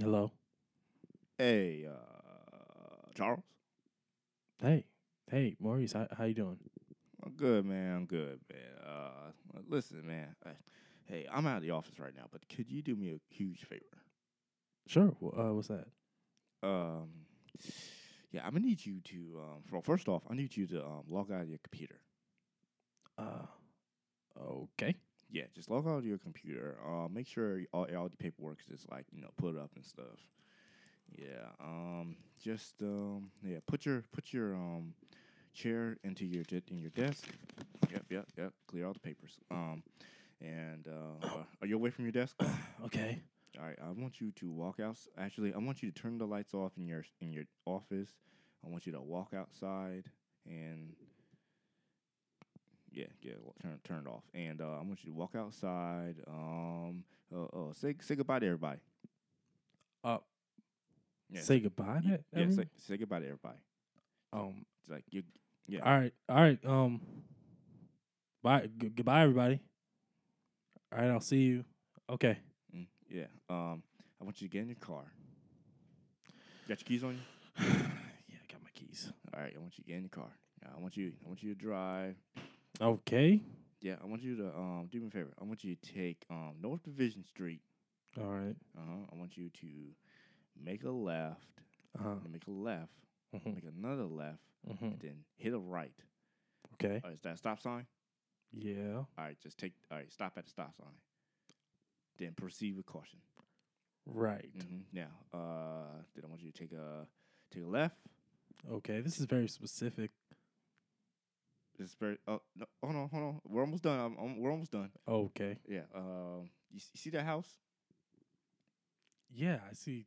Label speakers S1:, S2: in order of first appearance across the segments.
S1: Hello.
S2: Hey, uh, Charles.
S1: Hey. Hey, Maurice. How, how you doing?
S2: I'm good, man. I'm good, man. Uh, listen, man. I, hey, I'm out of the office right now, but could you do me a huge favor?
S1: Sure. wh- Uh, what's that?
S2: Um, yeah, I'm gonna need you to. Um, well, first off, I need you to um, log out of your computer.
S1: Uh, okay.
S2: Yeah, just log out of your computer. Uh, make sure all, all the paperwork is just like you know put up and stuff. Yeah. Um. Just um. Yeah. Put your put your um chair into your de- in your desk. Yep. Yep. Yep. Clear all the papers. Um. And uh, uh, are you away from your desk?
S1: Okay.
S2: All right, I want you to walk out. Actually, I want you to turn the lights off in your in your office. I want you to walk outside and yeah, yeah, wa- turn turn it off. And uh, I want you to walk outside. Um, uh, uh, say say goodbye to everybody.
S1: Uh,
S2: yeah,
S1: Say goodbye to
S2: yeah, say,
S1: everyone?
S2: say goodbye to everybody.
S1: Um.
S2: It's like you, yeah.
S1: All right. All right. Um. Bye. G- goodbye, everybody. All right. I'll see you. Okay.
S2: mm, yeah. Um, I want you to get in your car. Got your keys on you?
S1: yeah, I got my keys.
S2: All right, I want you to get in your car. Now, I want you. I want you to drive.
S1: Okay.
S2: Yeah, I want you to um do me a favor. I want you to take um North Division Street.
S1: All right.
S2: Uh huh. I want you to make a left,
S1: Uh,
S2: and make a left,
S1: mhm,
S2: make another left,
S1: mhm.
S2: and then hit a right.
S1: Okay.
S2: All right, is that a stop sign?
S1: Yeah.
S2: All right, just take. All right, stop at the stop sign. Then proceed with caution.
S1: Right.
S2: hmm Now, uh, then I want you to take a take a left. Mm.
S1: Okay. This is very specific.
S2: This is very. Oh no! Hold on, hold on. We're almost done. I'm, i we're almost done.
S1: Okay.
S2: Yeah. Um, you, s- you see that house?
S1: Yeah, I see.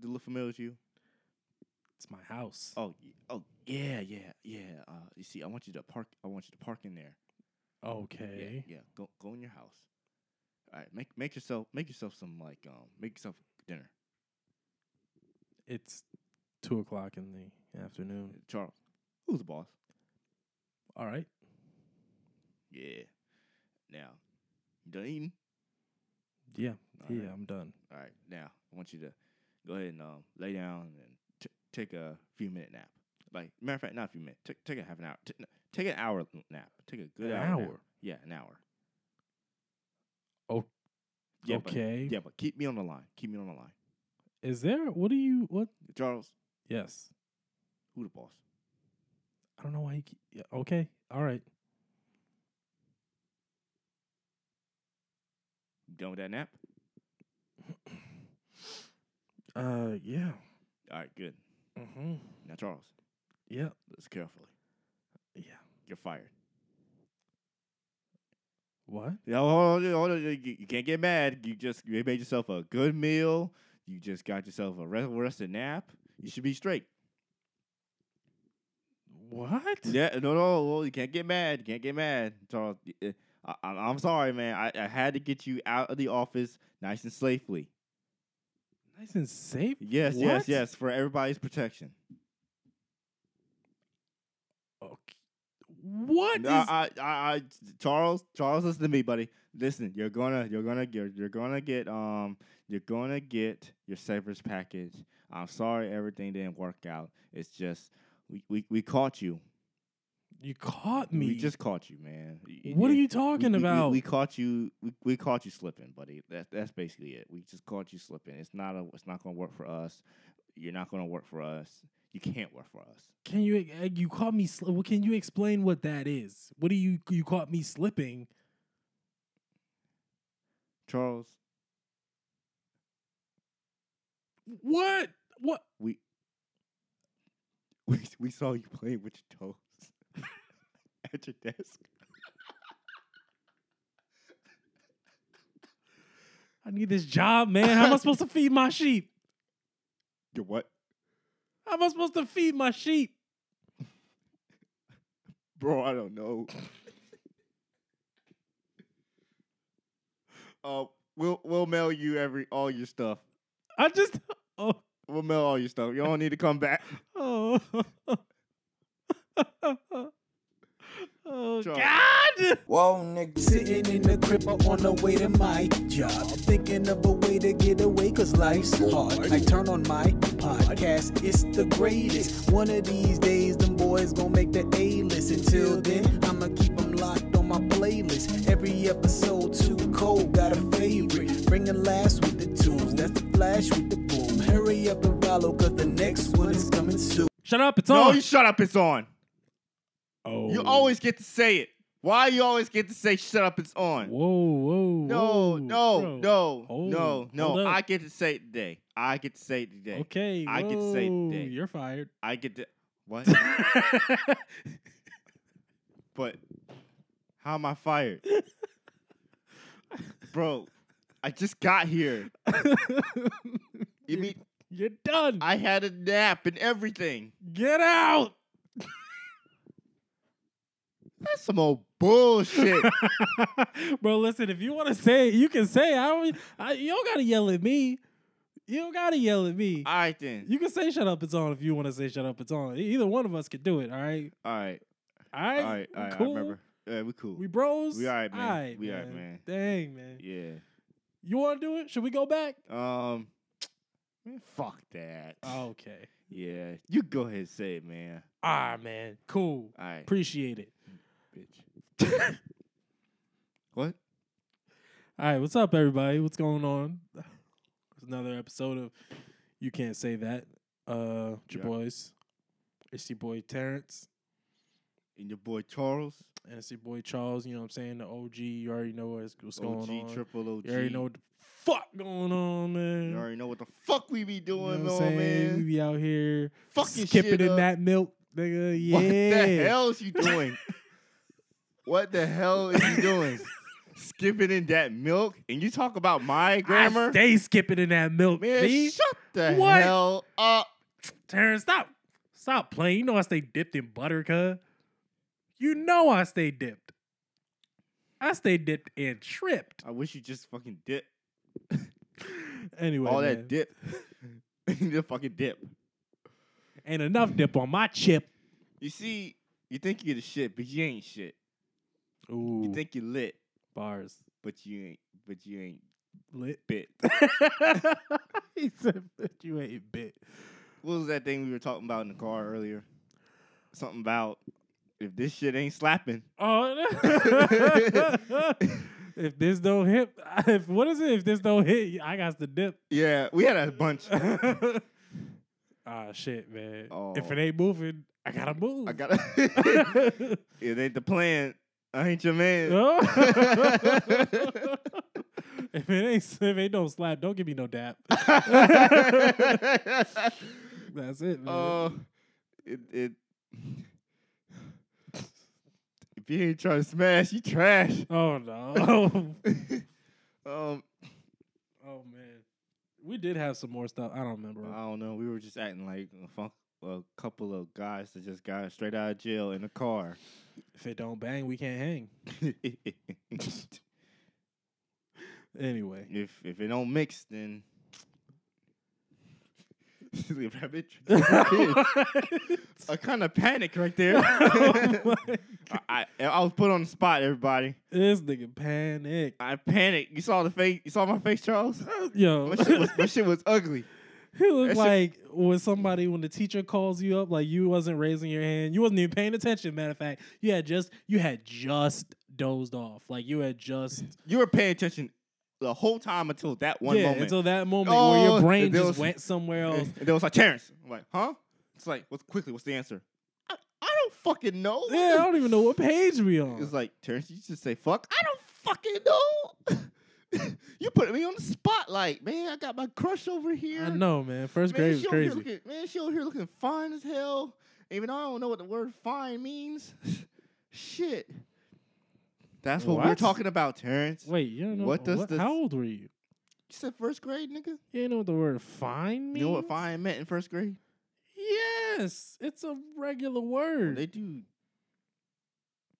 S2: Did it look familiar to you?
S1: It's my house.
S2: Oh, y- oh, yeah, yeah, yeah. Uh, you see, I want you to park. I want you to park in there.
S1: Okay.
S2: Yeah, yeah. Go, go in your house. All right, make make yourself make yourself some like um make yourself dinner.
S1: It's two o'clock in the afternoon.
S2: Charles, who's the boss?
S1: All right.
S2: Yeah. Now, you done eating?
S1: Yeah.
S2: All
S1: Yeah,
S2: right.
S1: I'm done.
S2: All right. Now, I want you to go ahead and um lay down and t- take a few minute nap. Like matter of fact, not a few minutes. Take take a half an hour. T- no, take an hour l- nap. Take a good
S1: An
S2: hour. nap.
S1: hour?
S2: Yeah, an hour.
S1: O-
S2: Yeah, but-
S1: okay.
S2: yeah, but keep me on the line. Keep me on the line.
S1: Is there what do you what
S2: Charles,
S1: yes.
S2: who the boss?
S1: I don't know why he ke- yeah, okay. All right.
S2: You done with that nap?
S1: Uh yeah.
S2: All right, good.
S1: Mm-hmm.
S2: Now, Charles,
S1: Yeah.
S2: listen carefully.
S1: Yeah.
S2: You're fired.
S1: What?
S2: Yeah, hold on, hold on. oh, You, you can't get mad. You just you made yourself a good meal. You just got yourself a rest, rested nap. You should be straight.
S1: What?
S2: Yeah, no, no, no, you can't get mad. You can't get mad, Charles. eh, I, I, am sorry, man. I, I had to get you out of the office nice and safely.
S1: Nice and safe.
S2: Yes,
S1: What?
S2: yes, yes, for everybody's protection.
S1: Okay. What
S2: No,
S1: is-
S2: I, I, I, Charles, Charles, listen to me, buddy. Listen, you're gonna, you're gonna, you're, you're gonna get, um, you're gonna get your severance package. I'm sorry, everything didn't work out. It's just we, we, we caught you.
S1: you caught me?
S2: We just caught you, man. Y-
S1: what are
S2: y-
S1: you
S2: we-
S1: talking
S2: we- we-
S1: about?
S2: We, caught you. We, we caught you slipping, buddy. That, that's basically it. We just caught you slipping. It's not a, it's not gonna work for us. You're not gonna work for us. You can't work for us.
S1: Can you eh, you caught me? Sl- well, can you explain what that is? What do you you caught me slipping?
S2: Charles,
S1: What? What?
S2: we we we saw you playing with your toes at your desk.
S1: I need this job, man. How am I supposed to feed my sheep?
S2: Your what,
S1: How am I supposed to feed my sheep?
S2: bro? I don't know. uh, we'll we'll mail you every all your stuff.
S1: I just oh
S2: We'll mail all your stuff. You don't need to come back.
S1: oh oh Oh
S2: Chuck.
S1: God!
S3: Whoa, nigga.
S4: Sitting in the crib or on the way to my job. Thinking of a way to get away, cause life's hard. I turn on my podcast, it's the greatest. One of these days, them boys gonna make the A list. Until then, I'ma keep them locked on my playlist. Every episode, too cold, got a favorite. Bring a last with the tunes, that's the flash with the boom. Hurry up and follow, cause the next one is coming soon.
S1: Shut up! It's
S2: No,
S1: on.
S2: you shut up. It's on.
S1: oh.
S2: You always get to say it. Why you always get to say shut up? It's on.
S1: Whoa! Whoa!
S2: No,
S1: whoa, bro.
S2: no, no,
S1: Hold-
S2: no, no.
S1: hold up.
S2: I get to say it today. I get to say it today.
S1: Okay.
S2: I get to say
S1: whoa,
S2: today.
S1: You're fired.
S2: I get to what? but how am I fired, bro? I just got here. You mean
S1: You're done.
S2: I had a nap and everything?
S1: Get out.
S2: That's some old bullshit.
S1: Bro, listen, if you want to say it, you can say it. I don't I, you don't gotta yell at me. You don't gotta yell at me.
S2: All right then.
S1: you can say shut up it's on if you want to say shut up it's on. E- Either one of us could do it, all right?
S2: All right.
S1: All right.
S2: All right. All right.
S1: cool.
S2: I remember. Yeah, we cool.
S1: We bros.
S2: We all right, man.
S1: Alright,
S2: We all right, man.
S1: Dang, man.
S2: yeah.
S1: You want to do it? Should we go back?
S2: Um. man, Fuck that.
S1: Okay.
S2: Yeah. You go ahead and say it, man.
S1: All right, man. Cool.
S2: All right,
S1: Appreciate it.
S2: bitch. what?
S1: All right, what's up, everybody? What's going on? It's another episode of You Can't Say That. Uh, it's your
S2: Yeah.
S1: boys. It's your boy Terrence
S2: And your boy Charles.
S1: and it's your boy Charles. You know what I'm saying? The OG. You already know what's, what's going
S2: OG,
S1: on.
S2: triple OG.
S1: You already know what the fuck going on, man.
S2: You already know what the fuck we be
S1: Mm-hmm. You know
S2: doing,
S1: what I'm
S2: on,
S1: saying? We
S2: man.
S1: be out here
S2: Fucking
S1: skipping
S2: shit
S1: in
S2: up.
S1: that milk, nigga. Yeah.
S2: What the hell is you doing? what the hell is you doing? Skipping in that milk, and you talk about my
S1: I
S2: grammar,
S1: stay skipping in that milk,
S2: man.
S1: B.
S2: Shut the
S1: What?
S2: hell up.
S1: Terrence, stop. Stop playing. You know I stay dipped in butter, cuz. You know I stay dipped. I stay dipped and tripped.
S2: I wish you just fucking dip
S1: Anyway,
S2: all
S1: man,
S2: that dip. the fucking dip.
S1: ain't enough dip on my chip.
S2: You see, you think you get a shit, but you ain't shit.
S1: Ooh,
S2: You think you lit,
S1: bars
S2: but you ain't. But you ain't
S1: lit.
S2: bit.
S1: he said that you ain't bit.
S2: what was that thing we were talking about in the car earlier? Something about if this shit ain't slapping.
S1: Oh, if this don't hit, if what is it? If this don't hit, I got the dip.
S2: Yeah, we had a bunch.
S1: Ah, shit, man. If
S2: Oh.
S1: it ain't moving, I gotta move.
S2: I got it. ain't the plan. I ain't your man.
S1: No. if it ain't if it don't slap, don't give me no dap. That's it, man.
S2: Uh, it, it, if you ain't trying to smash, you trash.
S1: oh no.
S2: Um,
S1: oh man. We did have some more stuff. I don't remember.
S2: I don't know. We were just acting like a, funk, a couple of guys that just got straight out of jail in a car.
S1: if it don't bang, we can't hang.
S2: if
S1: Anyway.
S2: if it don't mix, then Leave that bitch.
S1: oh
S2: I kind of panicked right there. I,
S1: my-
S2: I I was put on the spot, everybody.
S1: this nigga panic.
S2: I panicked. You saw the face. You saw my face, Charles.
S1: Yo,
S2: My shit was, my shit was ugly.
S1: he looked
S2: shit-
S1: like when somebody when the teacher calls you up, like you wasn't raising your hand, you wasn't even paying attention. Matter of fact, you had just you had just dozed off, like you had just
S2: You were paying attention the whole time until that one
S1: yeah,
S2: moment.
S1: until that moment where
S2: Oh,
S1: your brain
S2: and there
S1: just
S2: was-
S1: went somewhere else.
S2: and there was like Terrence. I'm like, huh? It's like, what's quickly? What's the answer? I, I don't fucking know.
S1: yeah, I don't even know what page we on.
S2: It's like Terrence, you just say fuck. I don't fucking know. you put me on the spotlight, man. I got my crush over here.
S1: I know, man. First
S2: man,
S1: grade
S2: she
S1: was
S2: over here
S1: crazy.
S2: Looking, man, she over here looking fine as hell. Even though I don't know what the word "fine" means. Shit. That's what, we're
S1: What?
S2: talking about, Terrence.
S1: Wait, you don't know
S2: What
S1: what
S2: does
S1: does
S2: this-
S1: How old were you?
S2: You said first grade, nigga.
S1: You didn't know what the word "fine" means.
S2: You know what "fine" meant in first grade?
S1: Yes, it's a regular
S2: Well,
S1: word.
S2: they do.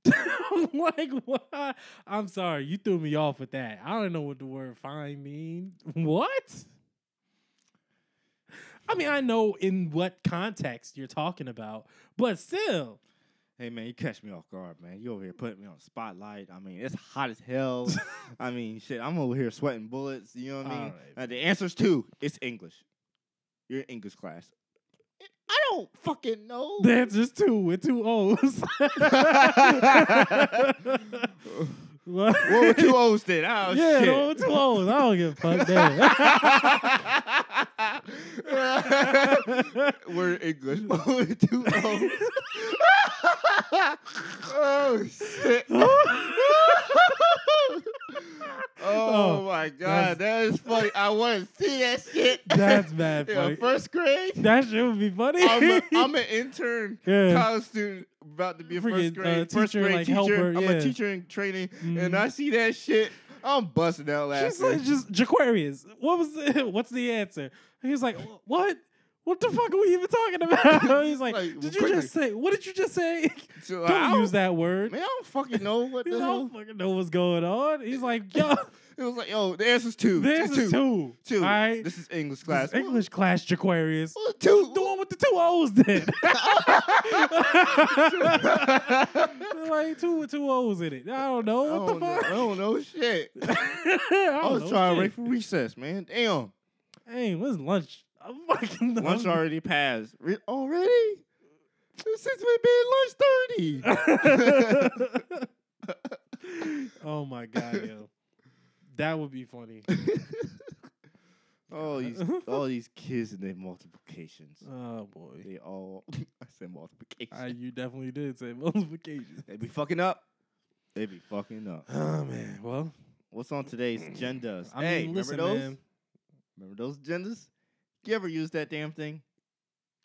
S1: I'm like, what? I'm sorry, you threw me off with that. I don't know what the word fine mean. What? I mean, I know in what context you're talking about, but still,
S2: Hey man, you catch me off guard, man. You over here putting me on the spotlight. I mean, it's hot as hell. I mean, shit, I'm over here sweating bullets. You know what I mean?
S1: Alright.
S2: Uh, the answer's two. It's English. You're in English class. I don't fucking know.
S1: That's just two with two O's. what
S2: what were two O's then? Oh
S1: yeah,
S2: shit.
S1: no, two O's. I don't give a fuck. Damn.
S2: We're English. What were two O's? oh shit. oh,
S1: Oh,
S2: my god, that is funny. I want to see that shit.
S1: That's bad.
S2: Yeah,
S1: funny.
S2: first grade.
S1: that shit would be funny.
S2: I'm, a, I'm an intern,
S1: Yeah.
S2: college student, about to be a
S1: Freaking,
S2: first grade,
S1: uh,
S2: first
S1: teacher,
S2: grade
S1: like,
S2: teacher.
S1: helper,
S2: I'm
S1: yeah. Mm-hmm.
S2: a teacher in training, and I see that shit. I'm busting out laughing.
S1: She's like, just Jaquarius. What was the, what's the answer? And he's like, "Wh- what? What the fuck are we even talking about? he's like,
S2: Like,
S1: did you
S2: quickly.
S1: just say? What did you just say?
S2: So I
S1: Don't
S2: don't-
S1: use that word.
S2: Man, I don't fucking know what
S1: He's
S2: the
S1: like, I
S2: hell.
S1: don't fucking know what's going on. He's like, yo,
S2: It was like, yo, the answer's two.
S1: this
S2: two.
S1: is two.
S2: Two.
S1: All right.
S2: This is English
S1: This
S2: class.
S1: is English class, Jaquarius.
S2: What- what-
S1: The
S2: Two.
S1: one with the two O's then. like two with two O's in it. I don't know.
S2: I
S1: What the
S2: don't, know, I
S1: fuck?
S2: don't know shit.
S1: I
S2: I
S1: don't
S2: was
S1: know
S2: trying to wait
S1: shit.
S2: for recess, man. Damn.
S1: Hey, what's lunch? I'm fucking
S2: Lunch
S1: hungry.
S2: already passed. Re- already? Since we've been lunch 30.
S1: oh my god, yo. That would be funny.
S2: all, these, all these kids and their multiplications.
S1: Oh boy.
S2: They all, I said multiplication.
S1: I, you definitely did say multiplication.
S2: they be fucking up. They be fucking up.
S1: Oh man. Well,
S2: What's on today's agendas?
S1: I
S2: hey,
S1: mean,
S2: remember
S1: listen,
S2: those?
S1: man.
S2: Remember those agendas? You ever use that damn thing?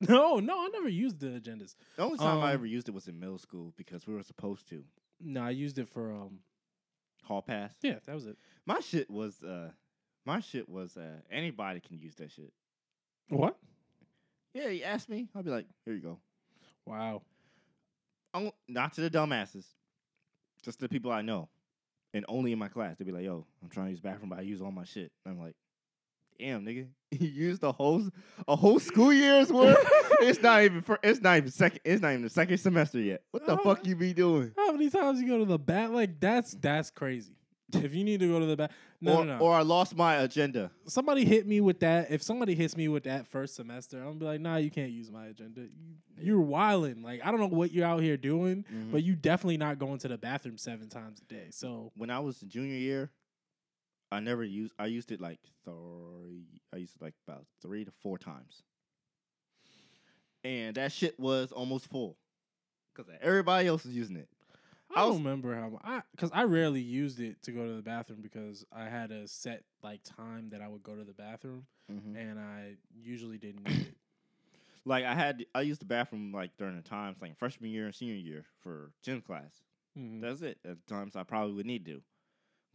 S1: No, no, I never used the agendas.
S2: The only time I
S1: Um,
S2: ever used it was in middle school because we were supposed to
S1: No, I used it for um.
S2: hall pass.
S1: Yeah, that was it.
S2: My shit was uh, my shit was uh, anybody can use that shit.
S1: What?
S2: Yeah, you ask me, I'll be like, here you go.
S1: Wow.
S2: i not to the dumbasses, just the people I know, and only in my class. They'll be like, yo, I'm trying to use the bathroom, but I use all my shit. And I'm like, damn, nigga, you used the whole s- a whole school year's worth. it's not even for, it's not even second, it's not even the second semester yet. What the
S1: Uh-huh.
S2: fuck you be doing?
S1: How many times you go to the bat? Like that's that's crazy. If you need to go to the bat, no,
S2: or,
S1: no, no.
S2: or I lost my agenda.
S1: somebody hit me with that. If somebody hits me with that first semester, I'm gonna be like, nah, you can't use my agenda. You, you're wilding. Like I don't know what you're out here doing,
S2: But
S1: but you definitely not going to the bathroom seven times a day. So
S2: when I was junior year, I never used. I used it like three. I used it like about three to four times, and that shit was almost full because everybody else was using it.
S1: I
S2: I
S1: don't
S2: was-
S1: remember how I because I rarely used it to go to the bathroom because I had a set like time that I would go to the bathroom,
S2: Mm-hmm.
S1: and I usually didn't need it.
S2: Like I had, I used the bathroom like during the times like freshman year and senior year for gym class.
S1: Mhm.
S2: That's it. At times I probably would need to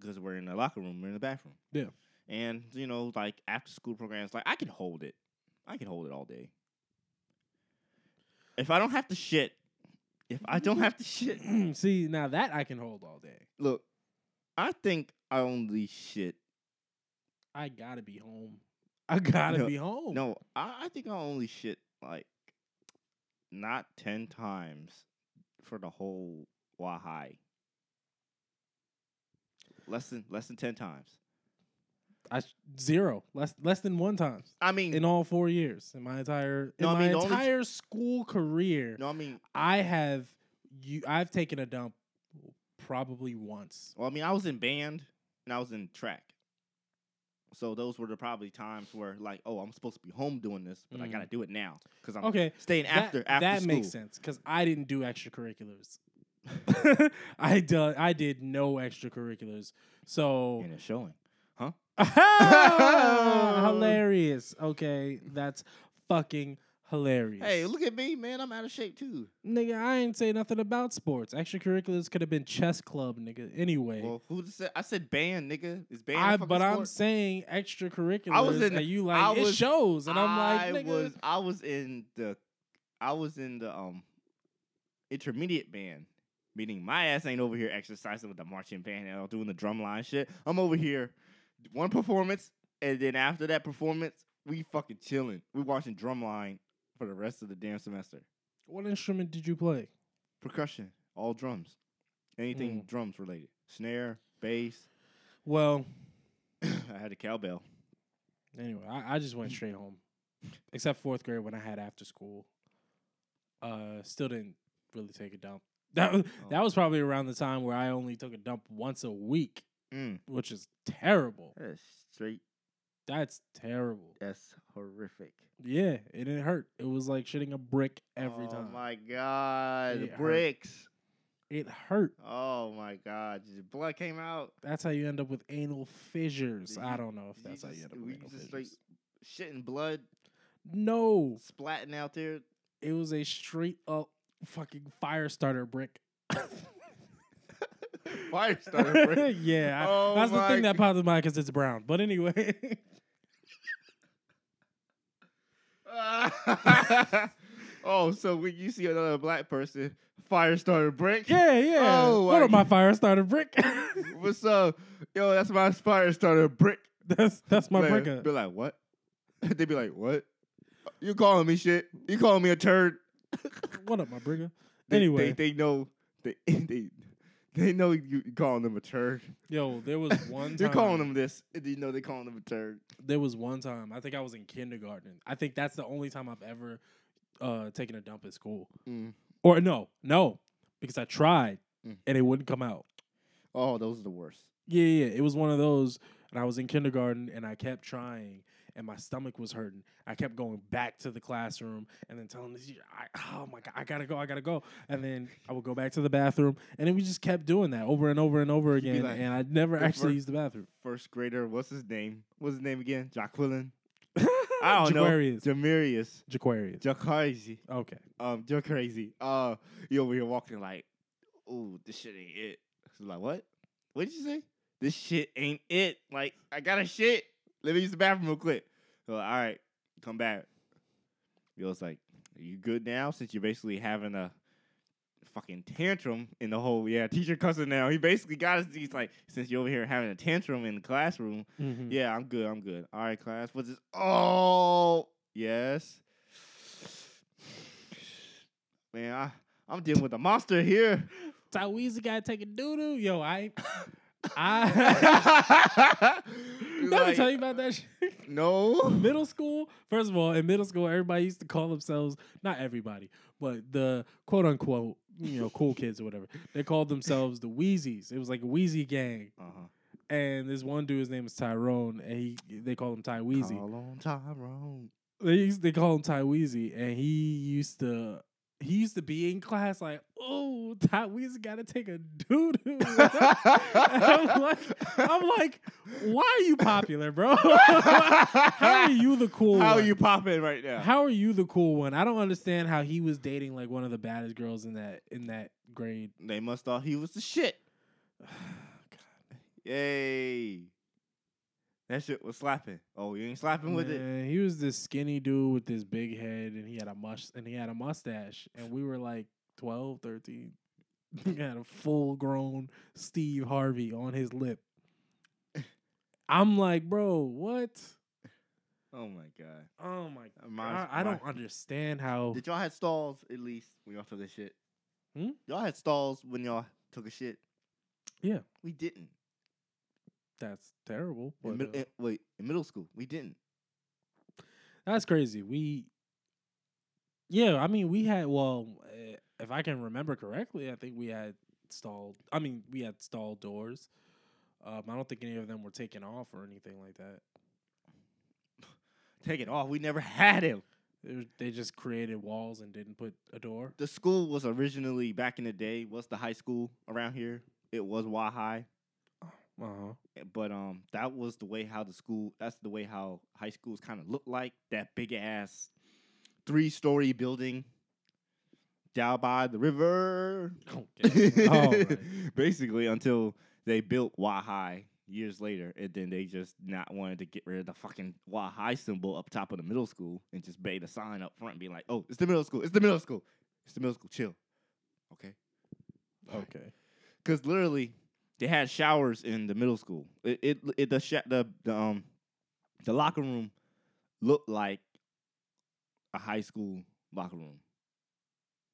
S2: because we're in the locker room, we're in the bathroom.
S1: Yeah.
S2: And, you know, like after school programs, like I can hold it. I can hold it all day. If I don't have to shit, if I don't have to shit,
S1: See, now that I can hold all day.
S2: look, I think I only shit.
S1: I gotta be home. I gotta
S2: No,
S1: be home.
S2: No, I, I think I only shit like not 10 times for the whole Wahai. Less than less than 10 times.
S1: I sh- zero less less than one time
S2: I mean,
S1: in all four years in my entire
S2: No,
S1: in
S2: I mean,
S1: my
S2: the only-
S1: entire school career.
S2: no, I mean,
S1: I have you. I've taken a dump probably once.
S2: Well, I mean, I was in band and I was in track. So those were the probably times where like, oh, I'm supposed to be home doing this, but I
S1: Mm.
S2: gotta do it now because I'm
S1: Okay,
S2: staying after
S1: that,
S2: after
S1: that
S2: school.
S1: makes sense because I didn't do extracurriculars. I done I did no extracurriculars. So
S2: And it's showing.
S1: hilarious. Okay, that's fucking hilarious.
S2: Hey, look at me, man! I'm out of shape too.
S1: nigga, I ain't say nothing about sports. Extracurriculars could have been chess club, nigga. Anyway.
S2: Well, who just said? I said band, nigga. It's band. a
S1: I,
S2: fucking
S1: but I'm
S2: sport?
S1: saying extracurriculars.
S2: I was in-
S1: and you
S2: I
S1: like it
S2: was-
S1: shows, and I'm like,
S2: I
S1: nigga,
S2: was, I was in the, I was in the um, intermediate band. Meaning my ass ain't over here exercising with the marching band and all doing the drum line shit. I'm over here, one performance, and then after that performance, we fucking chilling. We watching drum line for the rest of the damn semester.
S1: what instrument did you play?
S5: percussion, all drums, anything
S1: Mm.
S5: drums related, snare, bass.
S1: Well,
S5: I had a cowbell.
S1: anyway, I, I just
S2: Mm.
S1: went straight home, except fourth grade when I had after school. Uh, still didn't really take a dump. That was,
S2: Oh.
S1: that was probably around the time where I only took a dump once a week,
S5: Mm.
S1: which is terrible.
S2: That's straight.
S1: That's terrible.
S2: That's horrific.
S1: Yeah, it didn't hurt. It was like shitting a brick every
S2: oh
S1: time.
S2: my god, the
S1: It hurt.
S2: bricks.
S1: It hurt.
S2: Oh my god, the blood came out.
S1: That's how you end up with anal fissures.
S2: Did
S1: I
S2: you-
S1: don't know if
S2: did you
S1: that's how you
S2: just-
S1: end up
S2: were
S1: with
S2: you
S1: anal
S2: just
S1: fissures.
S2: straight Shitting blood,
S1: No,
S2: splatting out there.
S1: it was a straight up fucking fire starter brick.
S2: Fire starter brick.
S1: yeah, I-
S2: Oh
S1: that's the
S2: my
S1: thing that
S2: g-
S1: popped in my mind because it's brown. But anyway,
S2: oh, so when you see another black person, fire starter brick.
S1: yeah, yeah.
S2: Oh,
S1: what
S2: my
S1: are my fire starter brick?
S2: What's up? Yo, that's my fire starter brick.
S1: that's that's my
S2: Like,
S1: brick.
S2: Be like, what? they be like, what? You calling me shit? You calling me a turd?
S1: What up, my brigger?
S2: They,
S1: Anyway.
S2: they, they know they they they know you you calling them a turd.
S1: Yo, there was one.
S2: You're calling
S1: time-
S2: them this, and you know they calling them a turd.
S1: there was one time I think I was in kindergarten. I think that's the only time I've ever uh, taken a dump at school.
S2: Mm.
S1: Or no, no, because I tried
S2: Mm.
S1: and it wouldn't come out.
S2: Oh, those are the worst.
S1: Yeah, yeah, yeah, it was one of those. And I was in kindergarten and I kept trying, and my stomach was hurting. I kept going back to the classroom and then telling the teacher, I, "Oh my god, I gotta go, I gotta go." And then I would go back to the bathroom, and then we just kept doing that over and over and over
S2: You'd be
S1: again.
S2: like,
S1: and I never
S2: "Good
S1: actually
S2: work."
S1: used the bathroom.
S2: First grader, what's his name? What's his name again? Jaquilin. I don't
S1: Jaquarius.
S2: know. Jamirius.
S1: Jaquarius.
S2: Jacarizi.
S1: Okay.
S2: Um, you're crazy. Uh, you over here walking like, ooh, this shit ain't it. She's like, what? What did you say? This shit ain't it. Like, I got a shit. Let me use the bathroom real quick. So, all right, come back. Yo, it's like, are you good now? Since you're basically having a fucking tantrum in the whole, yeah, teacher cussing now. He basically got us. He's like, since you're over here having a tantrum in the classroom,
S1: Mhm.
S2: yeah, I'm good. I'm good. All right, class. What's this? Oh, yes. Man, I, I'm dealing with a monster here.
S1: Taweezy gotta take a doo doo. Yo, I, I,
S2: Let
S1: let me tell you about that shit.
S2: No. Uh-huh.
S1: middle school. First of all, in middle school, everybody used to call themselves not everybody, but the quote unquote, you know, cool kids or whatever. They called themselves the Wheezies. It was like a Wheezy gang.
S5: Uh-huh.
S1: And this one dude, his name is Tyrone, and he they call him Ty Wheezy.
S2: Call on Tyrone.
S1: They used they call him Ty Wheezy, and he used to he used to be in class like, oh, Ty Wheezy gotta take a doo doo. I'm like, I'm like, why are you popular, bro? How are you the cool?
S2: How are
S1: one?
S2: you popping right now?
S1: How are you the cool one? I don't understand how he was dating like one of the baddest girls in that in that grade.
S2: they must thought he was the shit. Yay. That shit was slapping. Oh, you ain't slapping with it?
S1: Man, he was this skinny dude with this big head and he had a mush and he had a mustache and we were like 12, 13. he had a full grown Steve Harvey on his lip. I'm like, bro, what?
S2: Oh, my God.
S1: Oh my god.
S2: Reminds-
S1: I don't
S2: remind-
S1: understand how
S2: Did y'all had stalls at least when y'all took a shit?
S1: Hmm?
S2: Y'all had stalls when y'all took a shit.
S1: Yeah.
S2: We didn't.
S1: that's terrible.
S2: In
S1: but,
S2: mid-
S1: uh,
S2: in- wait, in middle school, we didn't.
S1: That's crazy. We, yeah, I mean, we had. Well, eh, if I can remember correctly, I think we had stalled. I mean, we had stalled doors. Um, I don't think any of them were taken off or anything like that.
S2: Take it off. We never had him.
S1: They, were- they just created walls and didn't put a door.
S2: The school was originally back in the day. What's the high school around here? It was Y High,
S1: Uh huh.
S2: eh, but um, that was the way how the school. That's the way how high schools kind of looked like. That big ass three story building down by the river.
S1: Oh,
S2: Basically, until they built Wahai years later, and then they just not wanted to get rid of the fucking Wahai symbol up top of the middle school and just made a sign up front being like, oh, it's the middle school, it's the middle school, it's the middle school, chill. Okay.
S1: Okay.
S2: Because literally, they had showers in the middle school. It, it, it the, sha the, the, um, the locker room looked like a high school locker room.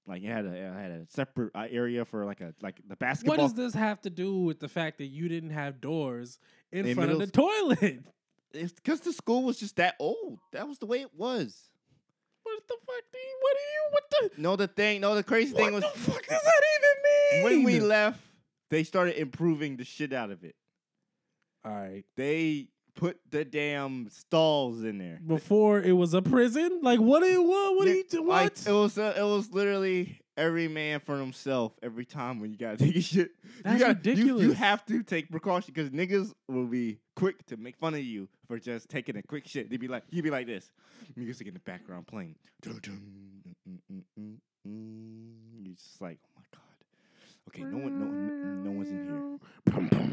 S6: Like it had a it had a separate uh, area for like a like the
S1: What
S6: basketball.
S1: does this have to do with the fact that you didn't have doors in,
S2: In
S1: front of the
S2: middle
S1: toilet?
S2: It's because the school was just that old. That was the way it was.
S1: What the fuck do you? What do you? What the?
S2: No, the thing, no, the crazy
S1: What
S2: thing was
S1: the fuck does that even mean?
S2: when we left, they started improving the shit out of it.
S1: All right.
S2: They put the damn stalls in there.
S1: Before it was a prison. Like what? Do you, what? What do
S2: Ni-
S1: you? Do,
S2: like,
S1: what?
S2: it was uh, it was literally every man for himself every time when you gotta take a shit.
S1: That's
S2: you gotta, you- You,
S1: ridiculous.
S2: have to take precaution because niggas will be quick to make fun of you for just taking a quick shit. They'd be like, you'd be like this. Music in the background playing. Dun, dun, dun, dun, dun, dun. You're just like, oh my god. Okay, no one, no, no, no one's in here. Oh my god.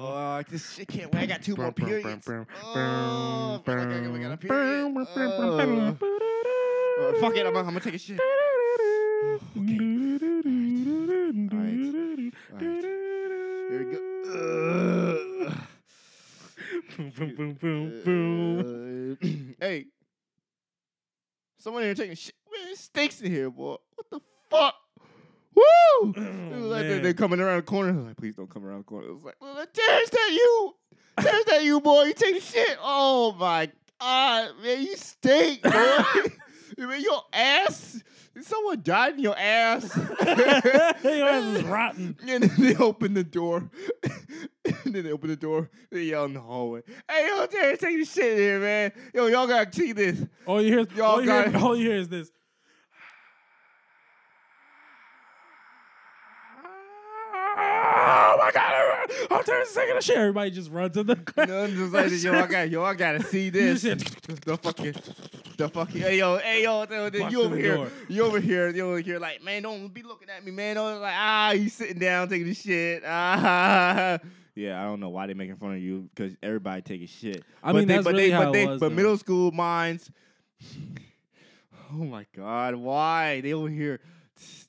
S2: Oh, this shit can't wait. I got two more periods. Oh, fuck, I got- we got a period. Oh. Uh, fuck it, I'm, I'm gonna take a shit. Here we go. Ugh.
S1: Boom, boom, boom, boom.
S2: Uh, hey, someone here taking shit. Man, there's stakes in here, boy. What the fuck? Woo! It was like they-
S1: Oh, man.
S2: they're coming around the corner. I was like, please don't come around the corner. It was like, well, there's that you. There's that you, boy. You taking shit. Oh my god, man, you stink, boy. man, your ass. Someone died in your ass.
S1: Your ass is rotten.
S2: And then they open the door. and then they open the door. They yell in the hallway. Hey, yo, Terry, take this shit in here, man. Yo, y'all gotta see this.
S1: All you hear, is,
S2: Y'all
S1: all, you hear,
S2: got it.
S1: all you hear is this. Oh my god! I'm turning second to shit. Everybody just runs in the.
S2: No, I'm just like, yo, I got, yo, I gotta see this.
S1: just-
S2: the fucking, the fucking, hey, yo, hey, yo, the- the-
S1: Bust
S2: you
S1: in
S2: over
S1: the
S2: here,
S1: door.
S2: you over here, you over here, like, man, don't be looking at me, man. Don't like, ah, you sitting down taking this shit. Ah.
S6: yeah, I don't know why they making fun of you because everybody taking shit.
S1: I mean,
S2: they-
S1: that's
S2: but
S1: really
S2: they,
S1: how
S2: but
S1: it
S2: they,
S1: was.
S2: But
S1: though.
S2: middle school minds. Oh my God! Why they over here?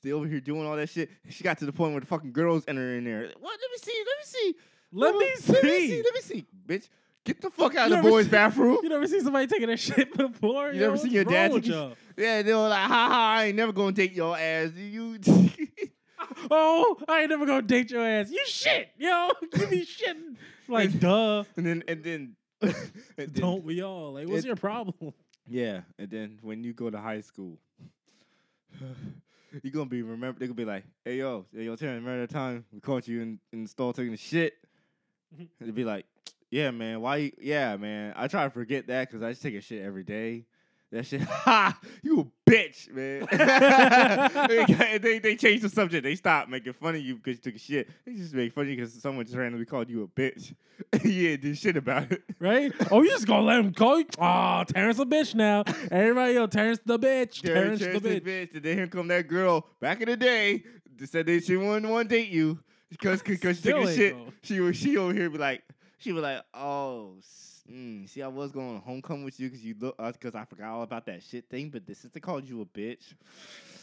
S2: They over here doing all that shit. She got to the point where the fucking girls enter in there. What? Let me see. Let
S1: let
S2: me see.
S1: me see.
S2: Let me see. Let me see, bitch. Get the fuck out
S1: You never
S2: of the boys'
S1: see-
S2: bathroom.
S1: You never seen somebody taking a shit before.
S2: You
S1: yo?
S2: never seen
S1: What's
S2: your dad
S1: wrong with
S2: take a
S1: y'all?
S2: Yeah, they were like, ha ha. I ain't never gonna take your ass. You.
S1: Oh, I ain't never gonna date your ass. You shit, yo. You be shitting. Like, duh.
S2: and then and then. and then-
S1: Don't we all? Like, what's
S2: It-
S1: your problem?
S2: Yeah, and then when you go to high school, you're gonna be remember. They're gonna be like, "Hey yo, hey yo, Terrence, remember that time we caught you in, in the stall taking a shit?"
S1: Mhm.
S2: It'd be like, "Yeah, man, why? You, yeah, man, I try to forget that because I just take a shit every day." That shit, ha! You a bitch, man. they, they they changed the subject. They stopped making fun of you because you took a shit. They just make fun of you because someone just randomly called you a bitch. yeah, did shit about it.
S1: Right? Oh, you just gonna let him call you? Oh, Terrence a bitch now. Everybody, yo, Terrence the bitch.
S2: Terry
S1: Terrence,
S2: Terrence
S1: the
S2: the
S1: bitch.
S2: bitch. And then here come that girl back in the day that said that she wouldn't want to date you because because she
S1: Still
S2: took a
S1: ain't
S2: shit.
S1: though.
S2: She was she over here be like she was like oh. s- Mm, see, I was going to homecoming with you because you look us because I forgot all about that shit thing. But this is to call you a bitch.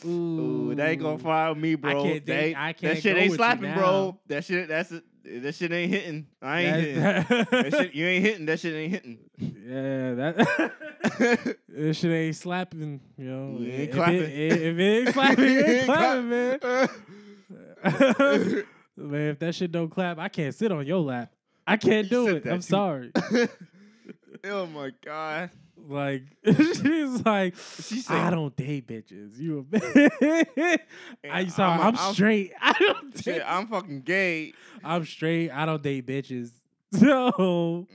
S2: Ooh, that ain't gonna fly with me, bro.
S1: can't
S2: That
S1: date-
S2: ain't-
S1: I can't
S2: That shit
S1: go
S2: ain't
S1: with you
S2: slapping,
S1: now.
S2: bro. That shit. That's it. That shit ain't hitting. I ain't hitting. That,
S1: That-
S2: shit, you ain't hitting. That shit ain't
S1: yeah, that
S2: hitting.
S1: this shit ain't slapping, yo.
S2: It ain't
S1: if,
S2: clapping.
S1: It, if it ain't slapping, it ain't clapping, man. man, if that shit don't clap, I can't sit on your lap. I can't
S2: You
S1: do
S2: said
S1: it.
S2: that
S1: I'm
S2: too.
S1: sorry.
S2: oh my god.
S1: Like she's like,
S2: She said-
S1: I don't date bitches. You a bitch. I
S2: I'm
S1: sorry.
S2: a-
S1: I'm,
S2: I'm-
S1: straight. I don't. Date,
S2: Shit, I'm fucking gay.
S1: I'm straight. I don't date bitches. So,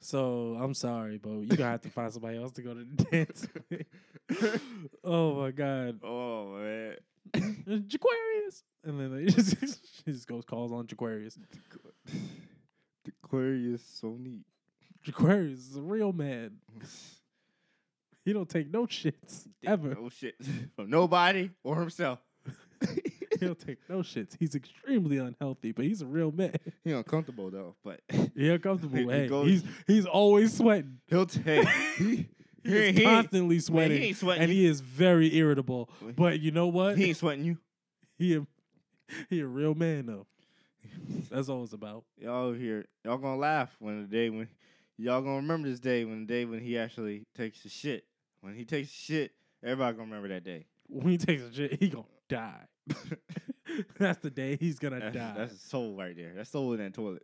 S1: so I'm sorry, but you gonna have to find somebody else to go to the dance. with. oh my god,
S2: Oh man.
S1: Jaquarius, and then they just, she just goes calls on Jaquarius.
S2: The query is so neat.
S1: Jaquarius is a real man. He don't take no shits ever.
S2: Oh shit. From nobody or himself.
S1: He don't take no shits. He's extremely unhealthy, but he's a real man.
S2: He uncomfortable though, but
S1: He uncomfortable.
S2: He
S1: hey,
S2: goes-
S1: he's he's always sweating.
S2: he'll take he, he,
S1: He is
S2: he, ain't-
S1: constantly sweating,
S2: ain't sweating
S1: and
S2: you.
S1: he is very irritable.
S2: Wait.
S1: But you know what?
S2: he ain't sweating you.
S1: He a, he a real man though. That's all it's about.
S2: Y'all here y'all gonna laugh when the day when y'all gonna remember this day when the day when he actually takes the shit. When he takes the shit Everybody gonna remember that day.
S1: When he takes a shit, he gonna die. That's the day he's gonna
S2: That's,
S1: die.
S2: that's a soul right there. That's soul in that toilet.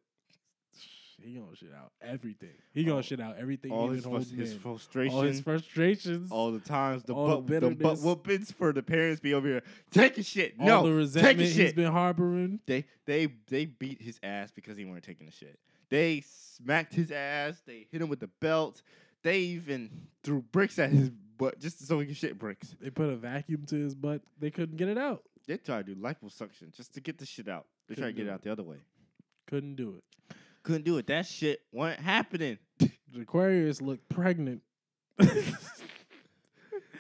S1: he gonna shit out everything. He gonna shit out everything.
S2: all
S1: even
S2: his, frus-
S1: holding
S2: his
S1: in.
S2: frustration,
S1: all his frustrations,
S2: all the times, the
S1: all the
S2: butt, the, butt
S1: bitterness.
S2: whoopings for the parents be over here. Take a shit.
S1: all
S2: no,
S1: the resentment
S2: take a
S1: he's
S2: shit.
S1: been harboring.
S2: They they they beat his ass because he weren't taking a shit. They smacked his ass. They hit him with the belt. They even threw bricks at his butt just so he could shit bricks.
S1: They put a vacuum to his butt. They couldn't get it out.
S2: They tried to do liposuction just to get the shit out. They tried to
S1: Couldn't
S2: get
S1: do
S2: it out the other way.
S1: Couldn't do it.
S2: Couldn't do it. That shit wasn't happening.
S1: The Aquarius looked pregnant.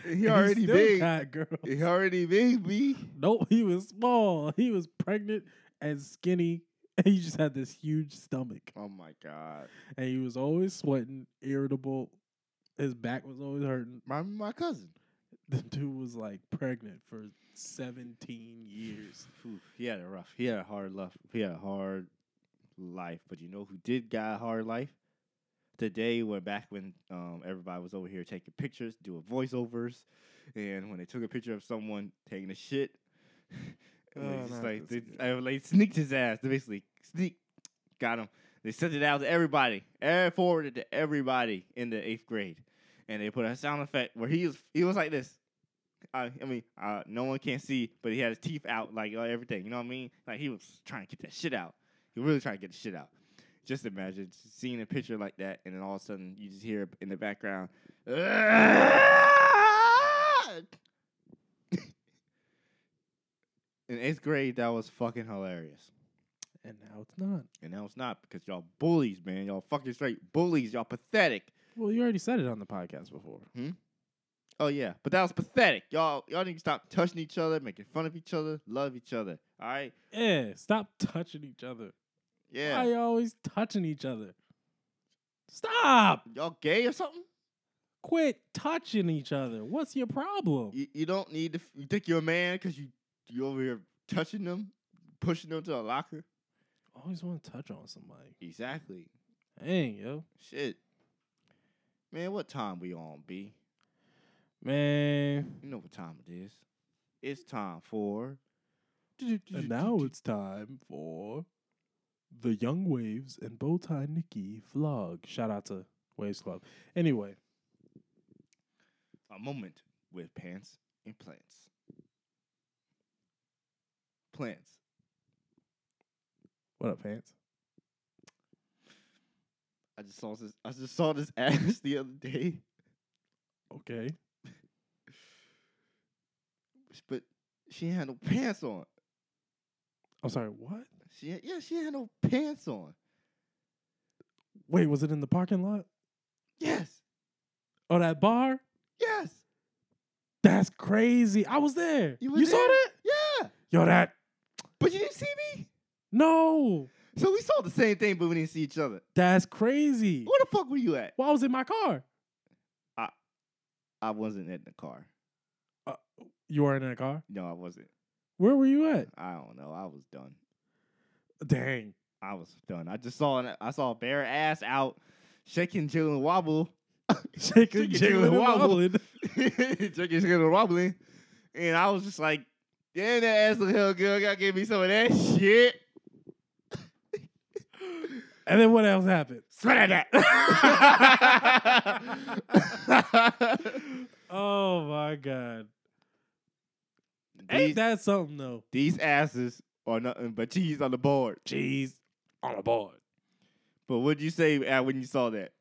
S2: He already
S1: still
S2: big.
S1: got girls.
S2: He already big, B.
S1: Nope, he was small. He was pregnant and skinny. And he just had this huge stomach.
S2: Oh my god.
S1: And he was always sweating, irritable. His back was always hurting.
S2: Remember my cousin.
S1: The dude was like pregnant for 17 years.
S2: Oof, he had a rough. He had a hard life. He had a hard life. But you know who did got a hard life? The day when back when um, everybody was over here taking pictures, doing voiceovers, and when they took a picture of someone taking a shit, it was
S1: Oh,
S2: just
S1: not
S2: like they,
S1: this
S2: I was like, sneaked his ass. They basically sneak got him. They sent it out to everybody, eh, forwarded to everybody in the eighth grade, and they put a sound effect where he was he was like this. I, I mean, uh, no one can see, but he had his teeth out, like uh, everything. You know what I mean? Like he was trying to get that shit out. He really trying to get the shit out. Just imagine seeing a picture like that, and then all of a sudden you just hear in the background, in eighth grade, that was fucking hilarious.
S1: And now it's not.
S2: And now it's not because y'all bullies, man. Y'all fucking straight bullies. Y'all pathetic.
S1: Well, you already said it on the podcast before.
S2: Oh yeah, but that was pathetic. Y'all, y'all need to stop touching each other, making fun of each other, love each other. All right.
S1: Yeah, stop touching each other.
S2: Yeah.
S1: Why you always touching each other? Stop!
S2: Y'all gay or something?
S1: Quit touching each other. What's your problem?
S2: You, you don't need to. f- You think you're a man because you you over here touching them, pushing them to a locker.
S1: Always want to touch on somebody.
S2: Exactly.
S1: Dang, yo.
S2: Shit. Man, what time we on, B?
S1: Man.
S2: You know what time it is. It's time for.
S1: And now it's time for the Young Waves and Bowtie Nikki vlog. Shout out to Waves Club. Anyway,
S2: A moment with pants and plants. Plants.
S1: what up, pants?
S2: I just saw this. I just saw this ass the other day.
S1: Okay.
S2: but she ain't had no pants on.
S1: I'm sorry, what?
S2: She ain't- yeah, she ain't had no pants on.
S1: Wait, was it in the parking lot?
S2: Yes,
S1: Oh, that bar?
S2: yes.
S1: That's crazy. I was there.
S2: You
S1: You,
S2: were
S1: saw that?
S2: there? Yeah,
S1: Yo, that.
S2: but you didn't see me.
S1: No.
S2: So we saw the same thing, but we didn't see each other.
S1: That's crazy.
S2: Where the fuck were you at?
S1: Well, I was in my car.
S2: I wasn't in the car.
S1: You weren't in a car?
S2: No, I wasn't.
S1: Where were you at?
S2: I don't know. I was done.
S1: Dang.
S2: I was done. I just saw an, I saw a bare ass out shaking, jiggling, wobble,
S1: Shaking, jiggling,
S2: Shaking,
S1: and
S2: jiggling,
S1: wobbling.
S2: shaking, jiggling, wobbling, and I was just like, "Damn, that ass look hell good. Gotta give me some of that shit."
S1: And then what else happened?
S2: Sweat at that.
S1: Oh my god.
S2: these,
S1: Ain't that something though?
S2: these asses are nothing but cheese on the board.
S1: Jeez. On a board.
S2: But what'd you say uh, when you saw that?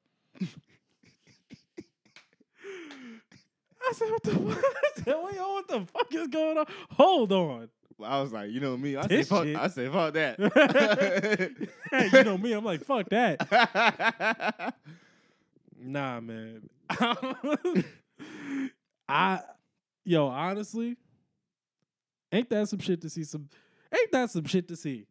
S1: I said, what the fuck? I said, wait, oh, what the fuck is going on? Hold on.
S2: Well, I was like, you know me. I say
S1: This
S2: fuck.
S1: shit.
S2: I say fuck that.
S1: Hey, you know me, I'm like, fuck that. Nah, man. I yo, honestly, ain't that some shit to see some ain't that some shit to see?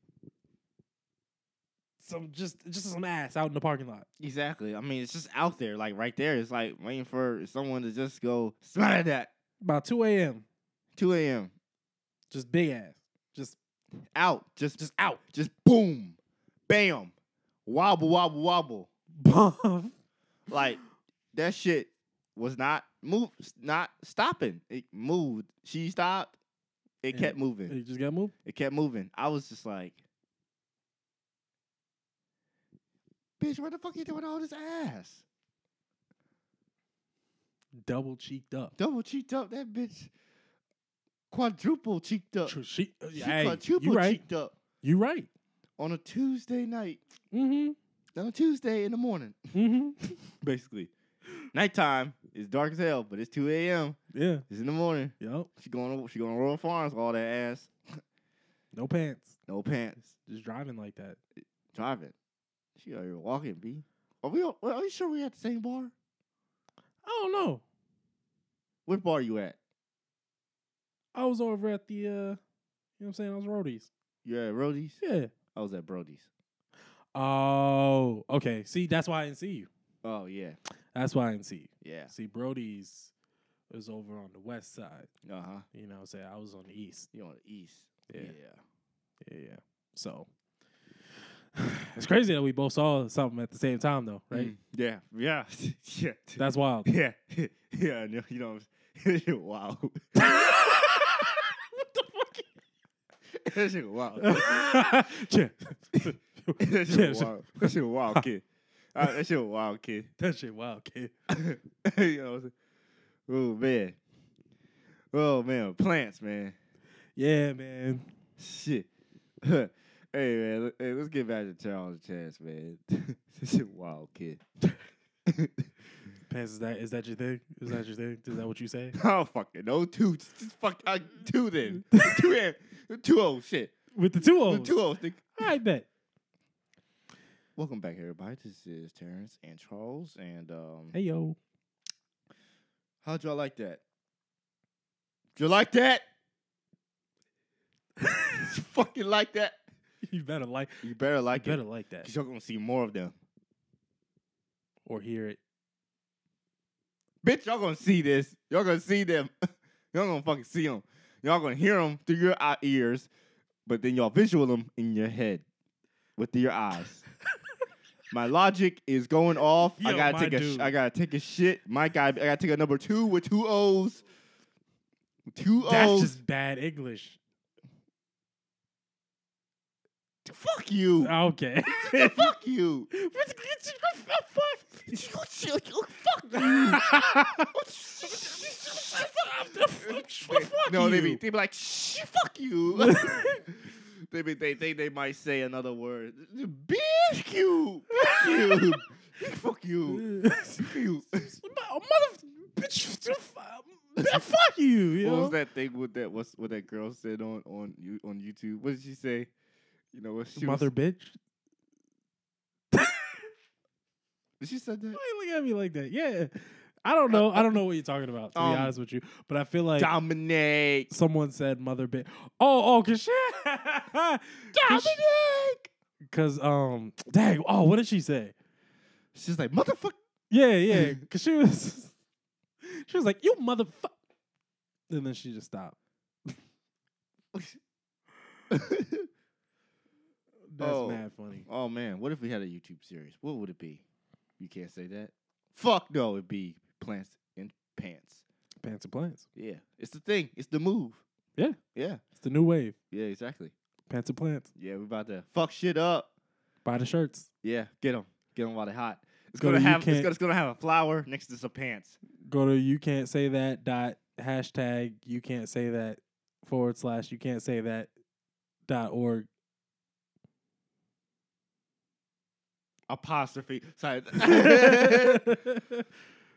S1: Some just just some ass out in the parking lot.
S2: exactly. I mean, it's just out there, like right there. It's like waiting for someone to just go smell at that.
S1: About 2 a.m.
S2: 2 a.m.
S1: Just big ass. Just
S2: Out. Just, just
S1: just out.
S2: just boom, bam, wobble, wobble, wobble.
S1: Bum.
S2: Like that shit was not move, not stopping. It moved. She stopped. It
S1: And
S2: kept moving.
S1: You just got moved.
S2: It kept moving. I was just like, "Bitch, what the fuck you doing all this ass?
S1: Double cheeked up.
S2: Double cheeked up, that bitch. Quadruple cheeked up.
S1: Tr- She, uh,
S2: She
S1: hey,
S2: quadruple
S1: you right.
S2: cheeked up
S1: You right.
S2: on a Tuesday night,
S1: Mm-hmm.
S2: on a Tuesday in the morning,
S1: Mm-hmm.
S2: basically. Nighttime is dark as hell, but it's two a.m.
S1: Yeah.
S2: It's in the morning.
S1: Yep.
S2: She going, to, she going to Royal Farms, all that ass,
S1: No pants.
S2: no pants,
S1: Just driving like that.
S2: driving. She out here walking, b. Are we? all- Are you sure we at the same bar?
S1: I don't know.
S2: What bar you at?
S1: I was over at the, uh, you know what I'm saying? I was roadies.
S2: You at Roadies?
S1: Yeah.
S2: I was at Brody's.
S1: Oh, okay. See, that's why I didn't see you.
S2: Oh yeah,
S1: That's why I didn't see you.
S2: yeah.
S1: See, Brody's was over on the west side.
S2: Uh huh.
S1: You know what I'm saying? I was on the east.
S2: You on the east?
S1: Yeah.
S2: yeah.
S1: Yeah, yeah. So it's crazy that we both saw something at the same time, though, right?
S2: Mm, Yeah, yeah, yeah,
S1: That's wild.
S2: yeah, yeah. I know, you know, this shit wow. what the fuck? This shit wow.
S1: Yeah.
S2: That
S1: Yeah,
S2: shit
S1: so-
S2: wow. That shit wow, kid. Uh, that shit wow, kid.
S1: that shit wild, kid.
S2: you know what I'm saying? Oh man. Oh man, plants, man.
S1: Yeah, man.
S2: Shit. hey man, le- hey, let's get back to Charles Chance, man. this shit wild, kid.
S1: Pants, is that is that your thing? Is that your thing? Is that what you say?
S2: Oh fucking no two, just just fuck uh, two then two and two oh shit
S1: With the two O's.
S2: two oh. nigga.
S1: I bet.
S2: Welcome back everybody. This is Terrence and Charles, and um,
S1: Hey yo.
S2: how'd y'all like that? Did you like that? You fucking like that?
S1: You better like
S2: You better
S1: I
S2: like
S1: better
S2: it.
S1: like that.
S2: 'cause y'all gonna see more of them,
S1: Or hear it.
S2: bitch. Y'all gonna see this. Y'all gonna see them. y'all gonna fucking see them. Y'all gonna hear them through your eye- ears, but then y'all visual them in your head with your eyes. my logic is going off. I
S1: Yo,
S2: gotta
S1: my
S2: take a. sh-
S1: dude.
S2: I gotta take a shit. My guy. I gotta take a number two with two O's. Two O's.
S1: That's just bad English.
S2: Fuck you.
S1: Okay.
S2: Fuck you. Fuck you. no, they be they be like, Shh, fuck you. they be they think they might say another word. Bitch, you, fuck you, fuck you, fuck you.
S1: Mother bitch fuck you, yo.
S2: What was that thing with that? What's what that girl said on on you on YouTube? What did she say? You know what she was-
S1: Mother bitch.
S2: Did she said that?
S1: Why you look at me like that? Yeah. I don't know. I don't know what you're talking about, to
S2: Um,
S1: be honest with you. But I feel like
S2: Dominate.
S1: someone said mother bitch. Oh, oh, cause she
S2: Dominic.
S1: Cause um dang, oh, what did she say?
S2: She's like motherfucker.
S1: Yeah, yeah. Cause she was she was like, you motherfucker. And then she just stopped. That's
S2: Oh.
S1: mad funny.
S2: Oh man, what if we had a YouTube series? What would it be? You can't say that. Fuck no, it'd be plants and pants.
S1: Pants and plants.
S2: Yeah, it's the thing. It's the move.
S1: Yeah.
S2: yeah,
S1: It's the new wave.
S2: yeah. Exactly.
S1: Pants and plants.
S2: Yeah, we're about to fuck shit up.
S1: Buy the shirts.
S2: Yeah, get them, get them while they're hot. It's
S1: Go
S2: gonna
S1: to
S2: have
S1: YouCan't-
S2: it's gonna, it's gonna have a flower next to some pants.
S1: Go to you can't say that dot hashtag you can't say that forward slash you can't say that dot org.
S2: Apostrophe. Sorry.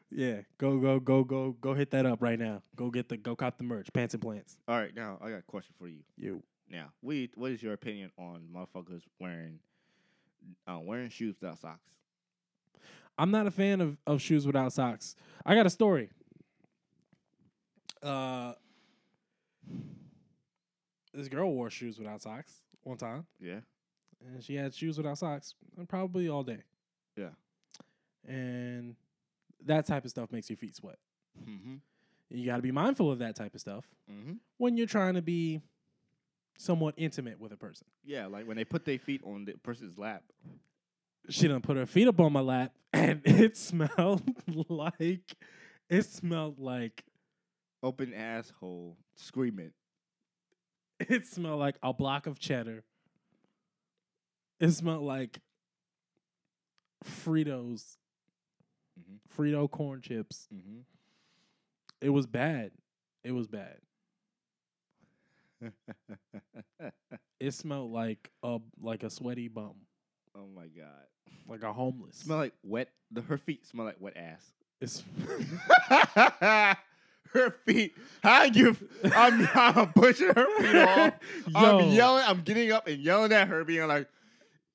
S1: yeah. Go go go go go hit that up right now. Go get the go cop the merch. Pants and plants.
S2: All right, now I got a question for you.
S1: You.
S2: Now, we what is your opinion on motherfuckers wearing uh, wearing shoes without socks?
S1: I'm not a fan of, of shoes without socks. I got a story. Uh this girl wore shoes without socks one time.
S2: Yeah.
S1: and she had shoes without socks and probably all day.
S2: Yeah.
S1: And that type of stuff makes your feet sweat.
S2: Mm-hmm.
S1: You got to be mindful of that type of stuff
S2: Mm-hmm.
S1: when you're trying to be somewhat intimate with a person.
S2: Yeah, like when they put their feet on the person's lap.
S1: She done put her feet up on my lap and it smelled like It smelled like
S2: Open asshole, screaming.
S1: it smelled like a block of cheddar. It smelled like Fritos,
S2: Mhm.
S1: Frito corn chips.
S2: Mm-hmm.
S1: It was bad. It was bad. It smelled like a like a sweaty bum,
S2: oh my god.
S1: like a homeless.
S2: Smell like wet. The her feet smell like wet
S1: It's-
S2: ass. her feet. How you? I'm, I'm pushing her feet off.
S1: Yo.
S2: I'm yelling. I'm getting up and yelling at her, being like,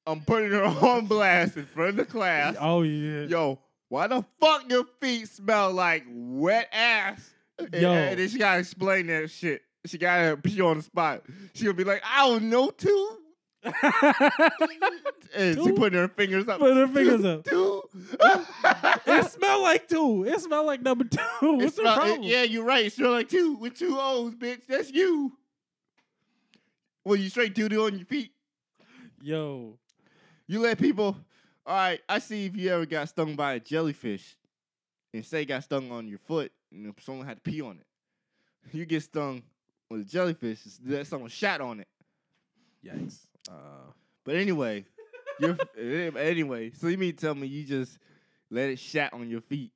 S2: I'm putting her on blast in front of the class.
S1: Oh yeah.
S2: Yo, why the fuck your feet smell like wet ass? And,
S1: Yo.
S2: and then she gotta explain that shit. She gotta put you on the spot. She'll be like, I don't know too. And she
S1: Dude.
S2: putting her fingers up.
S1: Put her fingers up.
S2: Dude.
S1: It smelled like two. It smelled like number two. What's
S2: It's
S1: the
S2: not- it-
S1: problem?
S2: yeah, you're right. It's like two with two O's, bitch. That's you. Well, you straight duty on your feet.
S1: Yo,
S2: You let people. All right, I see if you ever got stung by a jellyfish, and say it got stung on your foot, and if someone had to pee on it. You get stung with a jellyfish. it's That someone shot on it.
S1: yikes. Uh,
S2: But anyway, you're, eh, anyway, so you mean to tell me you just let it shat on your feet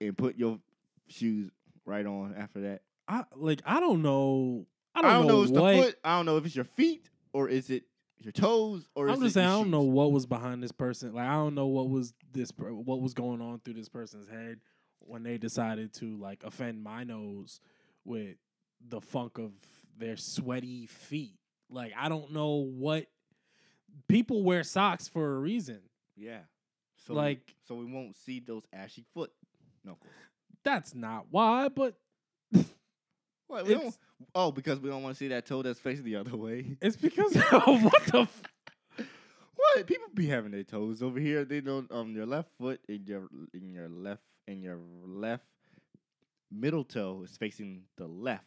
S2: and put your shoes right on after that?
S1: I like. I don't know. I
S2: I
S1: don't,
S2: don't, know, if it's
S1: what.
S2: the foot. I don't know if it's your feet or is it your toes or is
S1: I'm just
S2: it
S1: saying. I
S2: your
S1: don't know
S2: shoes?
S1: what was behind this person. Like I don't know what was this. per- What was going on through this person's head when they decided to like offend my nose with the funk of their sweaty feet. Like I don't know what people wear socks for a reason.
S2: Yeah. So
S1: Like-
S2: so we won't see those ashy foot knuckles.
S1: That's not why, but
S2: What, we don't,
S1: it's,
S2: oh, because we don't want to see that toe that's facing the other way.
S1: it's because what the f-
S2: What people be having their toes over here? They don't um your left foot and your in your left and your left middle toe is facing the left,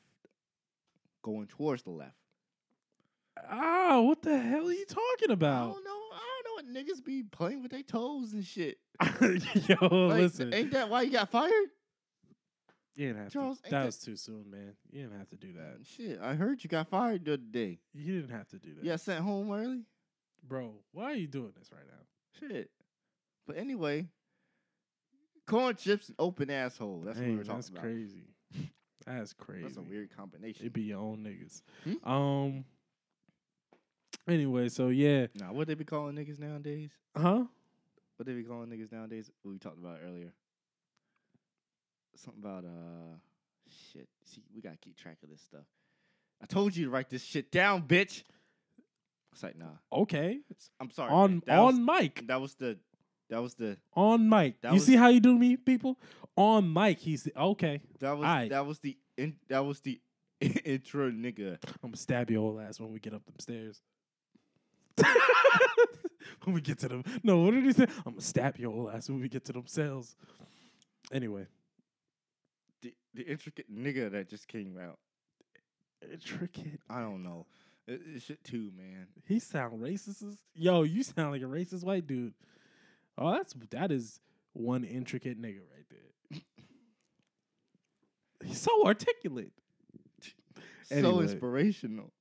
S2: going towards the left.
S1: ah what the hell are you talking
S2: I
S1: about?
S2: don't know. I don't know what niggas be playing with their toes and shit.
S1: Yo,
S2: Like,
S1: listen,
S2: ain't that why you got fired?
S1: you didn't have
S2: Charles,
S1: to.
S2: ain't
S1: That
S2: that-
S1: was too soon, man. You didn't have to do that.
S2: Shit, I heard you got fired the other day.
S1: You didn't have to do that.
S2: You got sent home early.
S1: Bro, why are you doing this right now?
S2: Shit. But anyway, corn chips and open asshole. That's what we
S1: Dang,
S2: were talking
S1: that's
S2: about.
S1: crazy. That's crazy.
S2: That's a weird combination.
S1: It be your own niggas.
S2: Hmm?
S1: Um. Anyway, so yeah,
S2: Nah, what they be calling niggas nowadays?
S1: huh?
S2: What they be calling niggas nowadays? What we talked about earlier. Something about uh shit. See, we gotta keep track of this stuff. I told you to write this shit down, bitch. It's like nah.
S1: Okay.
S2: I'm sorry. man.
S1: on
S2: that was-
S1: on mic,
S2: that was the that was the
S1: on mic.
S2: that
S1: You
S2: was-
S1: see how you do me, people? On mic, he's okay.
S2: that was
S1: Aight.
S2: that was the in, that was the intro nigga.
S1: I'm gonna stab your old ass when we get up them stairs. when we get to them, no, what did he say? I'm gonna stab your old ass when we get to them cells. Anyway,
S2: the, the intricate nigga that just came out.
S1: intricate
S2: I don't know. It, it's shit too, man.
S1: He sound racist. as- Yo, you sound like a racist white dude. Oh, that's that is one intricate nigga right there. He's so articulate.
S2: So
S1: Anyway.
S2: inspirational.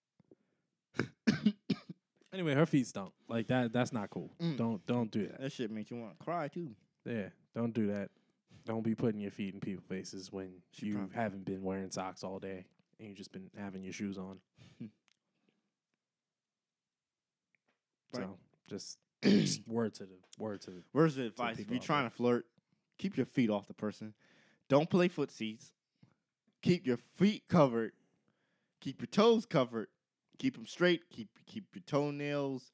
S1: Anyway, her feet stunk. Like that. That's not cool.
S2: Mm.
S1: Don't don't do that.
S2: That shit makes you want to cry too.
S1: Yeah, don't do that. Don't be putting your feet in people's faces when
S2: She
S1: you
S2: probably-
S1: haven't been wearing socks all day and you just been having your shoes on.
S2: Right.
S1: So just, just word to the word to the
S2: Where's the advice? If
S1: people
S2: you're
S1: out
S2: trying to flirt, keep your feet off the person. Don't play footsies. Keep your feet covered. Keep your toes covered. Keep them straight. Keep keep your toenails.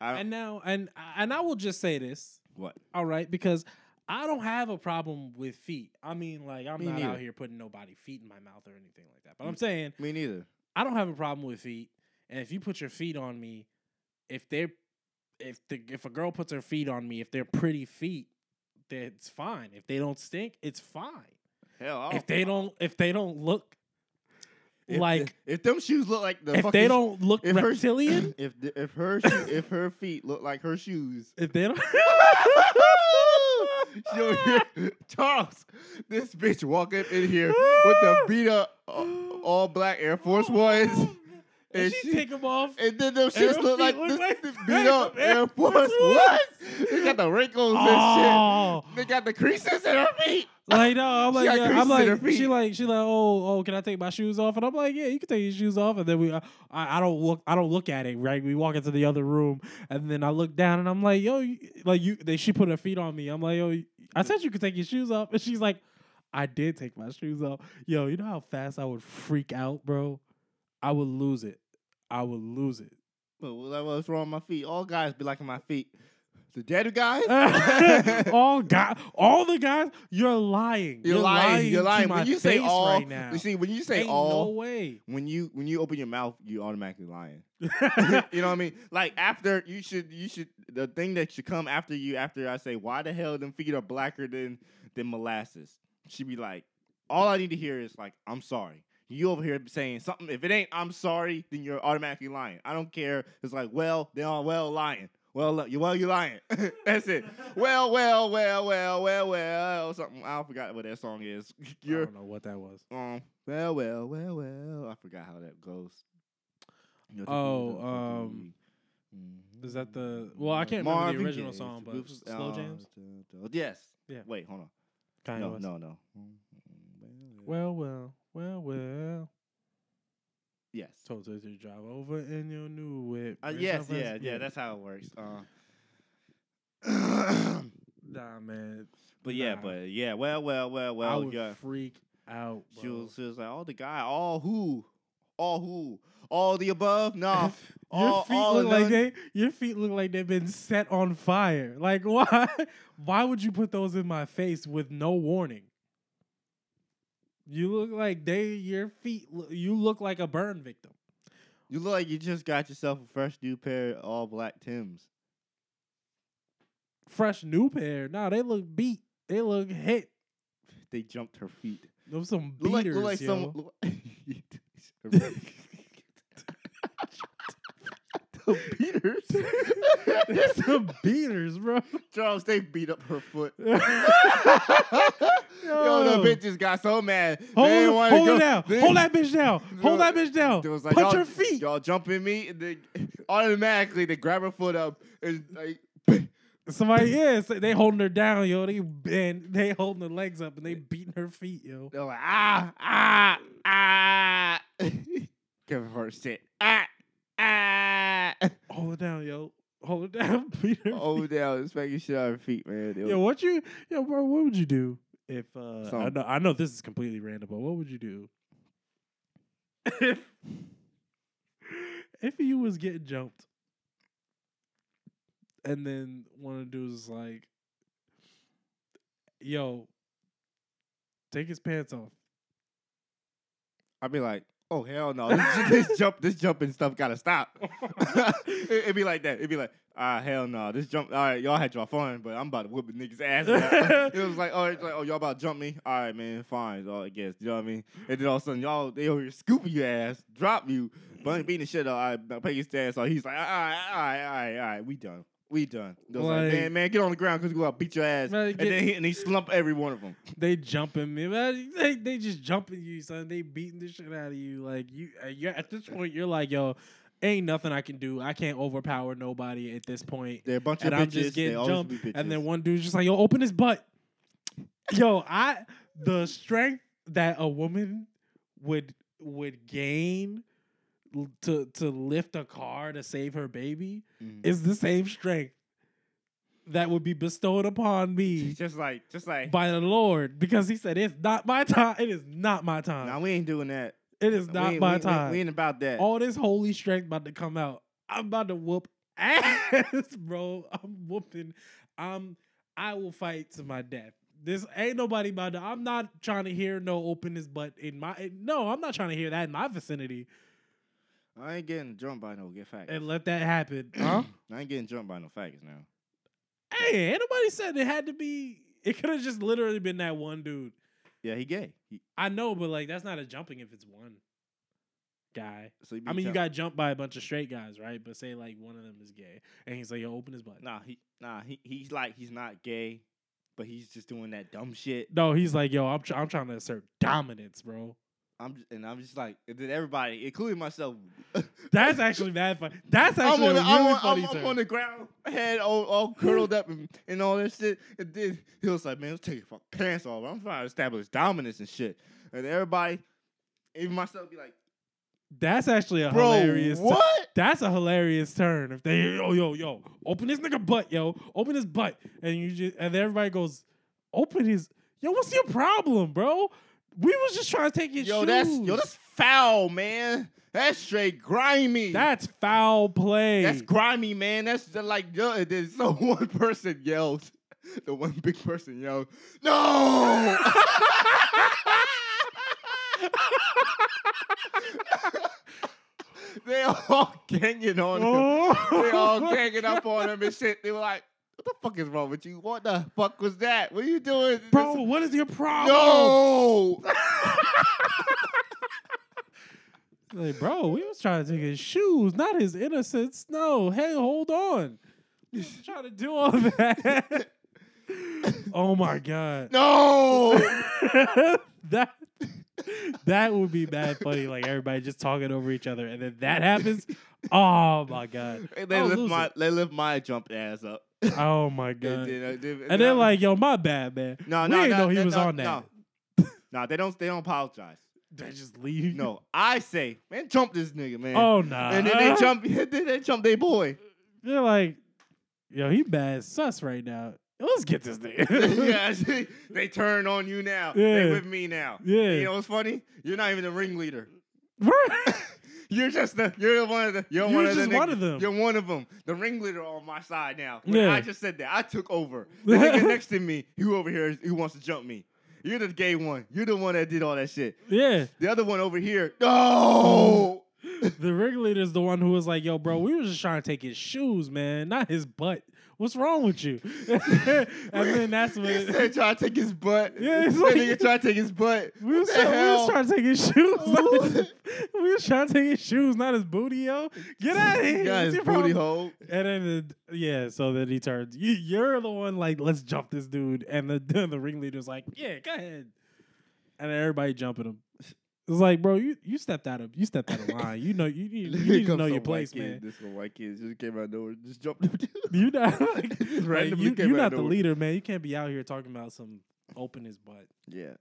S2: I
S1: and now and and I will just say this,
S2: what?
S1: all right, because I don't have a problem with feet. I mean, like I'm
S2: Me
S1: not out
S2: neither.
S1: here putting nobody feet in my mouth or anything like that. But I'm
S2: Mm.
S1: saying
S2: Me neither.
S1: I don't have a problem with feet. And if you put your feet on me, if they're if the if a girl puts her feet on me, if they're pretty feet, that's fine. If they don't stink, it's fine.
S2: Hell, I
S1: If they don't if they don't look
S2: Oh, if the-
S1: like
S2: if them shoes look like the
S1: if
S2: fucking
S1: they
S2: sh-
S1: don't look
S2: if her
S1: reptilian,
S2: if the, if her sho- if her feet look like her shoes,
S1: if they don't
S2: She over here, Charles, this bitch walk up in here with the beat up uh, all black Air Force Ones.
S1: And,
S2: And
S1: she,
S2: she-
S1: take them off.
S2: And then them
S1: Air
S2: shits look like
S1: Force
S2: this,
S1: Ones.
S2: this beat up Air Force Ones. They got the wrinkles and
S1: Oh,
S2: shit. They got the creases in her feet.
S1: like no, I'm like,
S2: got
S1: yeah, I'm
S2: creases in her
S1: like, she
S2: feet.
S1: like, she like, oh, oh, can I take my shoes off? And I'm like, yeah, you can take your shoes off. And then we, I, I don't look, I don't look at it. Right, we walk into the other room, and then I look down, and I'm like, yo, you- like you, they, she put her feet on me. I'm like, yo, you- I said you could take your shoes off, and she's like, I did take my shoes off. Yo, you know how fast I would freak out, bro. I would lose it. I would lose it.
S2: But what- what's wrong with my feet? All guys be liking my feet. The dead guys?
S1: all guy, all the guys, Oh, you're lying.
S2: You're, lying. You're
S1: to
S2: lying.
S1: my
S2: When you say
S1: face
S2: all,
S1: right now,
S2: you see, when you say
S1: Ain't
S2: all,
S1: no way.
S2: when you when you open your mouth, you automatically lying. you know what I mean? Like after you should you should the thing that should come after you after I say why the hell them feet are blacker than than molasses. She be like, all I need to hear is like I'm sorry. You over here saying something. If it ain't I'm sorry, then you're automatically lying. I don't care. It's like well then I'm well lying. Well, li- you well you lying. That's it. Well, well, well, well, well, well. Something I forgot what that song is.
S1: I
S2: You're
S1: don't know what that was.
S2: um, well, well, well, well. I forgot how that goes. You're the Mm-hmm.
S1: Oh,
S2: beautiful
S1: um,
S2: thing.
S1: is that the- well, I can't remember the original
S2: Gaye's
S1: song, but
S2: beautiful-
S1: Slow Jams?
S2: "Ah, da- da- Yes.
S1: Yeah.
S2: Wait, hold on.
S1: Kanye
S2: no,
S1: West.
S2: no, no.
S1: Well,
S2: Well,
S1: well, well, well.
S2: yes.
S1: Told her to drive over in your new whip.
S2: Uh,
S1: Raise my
S2: yes,
S1: voice-
S2: yeah, yeah. That's how it works. Uh,
S1: nah, man.
S2: but yeah,
S1: Nah.
S2: but yeah. Well, well, well,
S1: I
S2: well.
S1: would
S2: Yeah.
S1: freak out.
S2: She
S1: bro.
S2: was, she was like, all the guy, all who, all who, all the above. Nah. all,
S1: your feet
S2: all
S1: look
S2: of
S1: like
S2: none.
S1: they your feet look like they've been set on fire. Like why why would you put those in my face with no warning? You look like they your feet lo- you look like a burn victim.
S2: You look like you just got yourself a fresh new pair of all black Tims.
S1: Fresh new pair. Nah, they look beat. They look hit.
S2: They jumped her feet.
S1: Those some
S2: Look like,
S1: beaters.
S2: look like
S1: yo.
S2: some. Look, the
S1: They're
S2: beaters.
S1: some beaters, bro.
S2: Charles, they beat up her foot.
S1: Yo,
S2: Yo, the bitches got so mad.
S1: Hold,
S2: they didn't wanna
S1: hold
S2: go.
S1: it down.
S2: They-
S1: Hold that bitch down. Hold
S2: Yo,
S1: that bitch down.
S2: They was like,
S1: Punch
S2: y'all,
S1: her feet.
S2: Y'all jumping me, and then automatically they grab her foot up and like.
S1: Somebody, yeah, so they holding her down, yo. They and they holding her legs up and they beating her feet, yo.
S2: They're like, ah, ah, ah. Kevin Hart shit. Ah, ah.
S1: Hold her down, yo. Hold her down, beat her.
S2: Over there, it's making shit out of her feet, man. It
S1: feet. Yo,
S2: was-
S1: what you, yo, bro? What would you do if? Uh, I
S2: Some-
S1: know, I know this is completely random, but what would you do if if you was getting jumped, and then one of the dudes is like, "Yo, take his pants off."
S2: I'd be like, oh hell no, this, this jump, this jumping stuff gotta stop. it, it'd be like that. It'd be like, ah hell no, this jump. All right, y'all had y'all fun, but I'm about to whoop a niggas ass. now." it was like, oh, it's like, oh, y'all about to jump me? All right, man, fine. So I guess you know what I mean. And then all of a sudden, y'all they over here scooping your ass, drop you, bun- beating the shit out. All right, now pay your ass. So he's like, all right, all right, all right, all right, we done. We done. It was like,
S1: Like-
S2: man, man, get on the ground because we're gonna beat your ass.
S1: Man, get-
S2: and then he, and he slump every one of them.
S1: They jumping me, man. They, they just jumping you, son. They beating the shit out of you. Like you, uh, you're at this point, you're like, yo, ain't nothing I can do. I can't overpower nobody at this point.
S2: They're a bunch
S1: And
S2: of bitches.
S1: I'm just
S2: they
S1: getting
S2: always
S1: jumped.
S2: be bitches.
S1: And then one dude's just like, yo, open his butt. yo, I the strength that a woman would would gain l- to to lift a car to save her baby
S2: Mhm.
S1: is the same strength that would be bestowed upon me
S2: She's just like, just like.
S1: by the Lord because he said it's not my time. It is not my time.
S2: Nah, we ain't doing that.
S1: it is
S2: We
S1: not
S2: ain't- we
S1: my
S2: ain't- we-
S1: time. Oh.
S2: We, ain't about that.
S1: All this holy strength about to come out. I'm about to whoop ass, bro. I'm whooping. I'm. I will fight to my death. This ain't nobody about to. I'm not trying to hear no open his butt in my. No, I'm not trying to hear that in my vicinity
S2: I ain't getting jumped by no get faggots.
S1: and let that happen, huh?
S2: I ain't getting jumped by no faggots now.
S1: hey, ain't nobody said it had to be. It could have just literally been that one dude.
S2: Yeah, he gay. He,
S1: I know, but like that's not a jumping if it's one guy.
S2: so he be
S1: I mean, you
S2: jumped-
S1: got jumped by a bunch of straight guys, right? But say like one of them is gay, and he's like, "Yo, open his butt."
S2: Nah, he nah he he's like he's not gay. but he's just doing that dumb shit.
S1: No, he's like, yo, I'm tr- I'm trying to assert dominance, bro.
S2: I'm just, and I'm just like, and then everybody, including myself,
S1: That's actually mad funny. That's actually
S2: I'm on, the,
S1: a
S2: I'm,
S1: really
S2: on,
S1: funny
S2: I'm, I'm
S1: turn.
S2: on the ground, head all, all curled up and, and all that shit. And then he was like, man, let's take your fucking pants off. I'm trying to establish dominance and shit. And everybody, even myself, be like,
S1: That's actually a
S2: bro,
S1: hilarious. tu-
S2: what?
S1: That's a hilarious turn. If they yo yo yo open this nigga butt yo open his butt and you just and everybody goes open his yo what's your problem bro we was just trying to take your
S2: Yo,
S1: shoes
S2: that's yo, that's foul, man. That's straight grimy.
S1: That's foul play
S2: That's grimy, man. That's just like yo. And then so one person yelled, the one big person yelled, "No!" they all ganging on him. They all
S1: Oh.
S2: ganging up on him and shit. They were like, "What the fuck is wrong with you? What the fuck was that? What are you doing,
S1: bro what is your problem
S2: No,
S1: Like, bro, we was trying to take his shoes, not his innocence. No, hey, hold on. We was trying to do all that. oh my god.
S2: no.
S1: that that would be bad funny. Like everybody just talking over each other, and then that happens. Oh my god.
S2: And they
S1: I'll
S2: lift
S1: lose
S2: my they lift my jump ass up.
S1: Oh my
S2: And
S1: god.
S2: then, uh, then-
S1: And
S2: then
S1: then like, yo, my bad, man.
S2: No,
S1: we
S2: no,
S1: didn't
S2: no,
S1: know he
S2: no,
S1: was
S2: no,
S1: on that.
S2: No. Nah, they don't. They don't apologize.
S1: They just leave.
S2: No, I say, man, jump this nigga, man.
S1: Oh nah.
S2: and then they jump. Then they jump their boy.
S1: They're like, yo, he bad sus right now. Let's get this nigga.
S2: yeah, see, they turn on you now. They
S1: Yeah.
S2: with me now.
S1: Yeah.
S2: You know what's funny? You're not even the ringleader.
S1: Right.
S2: You're just the. You're one of the. You're,
S1: You're
S2: one of
S1: just
S2: the nigg-
S1: one of them.
S2: You're one of them. The ringleader on my side now. When
S1: Yeah.
S2: I just said that. I took over. The nigga next to me, who over here, is- who wants to jump me? You're the gay one. You're the one that did all that shit.
S1: Yeah,
S2: The other one over here. No.
S1: the ringleader's the one who was like, "Yo, bro, we was just trying to take his shoes, man, not his butt. What's wrong with you?" and then that's
S2: He
S1: when
S2: said try to take his butt.
S1: Yeah, it's
S2: That
S1: like-
S2: nigga try to take his butt.
S1: we was,
S2: What
S1: try-
S2: the
S1: we was
S2: hell?
S1: trying to take his shoes. not his- we was trying to take his shoes, not his booty, yo. Get out of here.
S2: Got
S1: What's
S2: his
S1: your
S2: booty
S1: problem?
S2: hole.
S1: And then, the, yeah, so then he turns. You, you're the one like, let's jump this dude. And the the ringleader's like, yeah, go ahead. And then everybody jumping him. It's like, bro, you, you stepped out of you stepped out of line. You know you, you, you need to know your place, man.
S2: This one white kid just came out of nowhere, just jumped him.
S1: You not like,
S2: Just
S1: like,
S2: randomly
S1: you,
S2: came
S1: you're
S2: out
S1: not
S2: of
S1: the
S2: nowhere.
S1: leader, man. You can't be out here talking about some open his butt.
S2: yeah,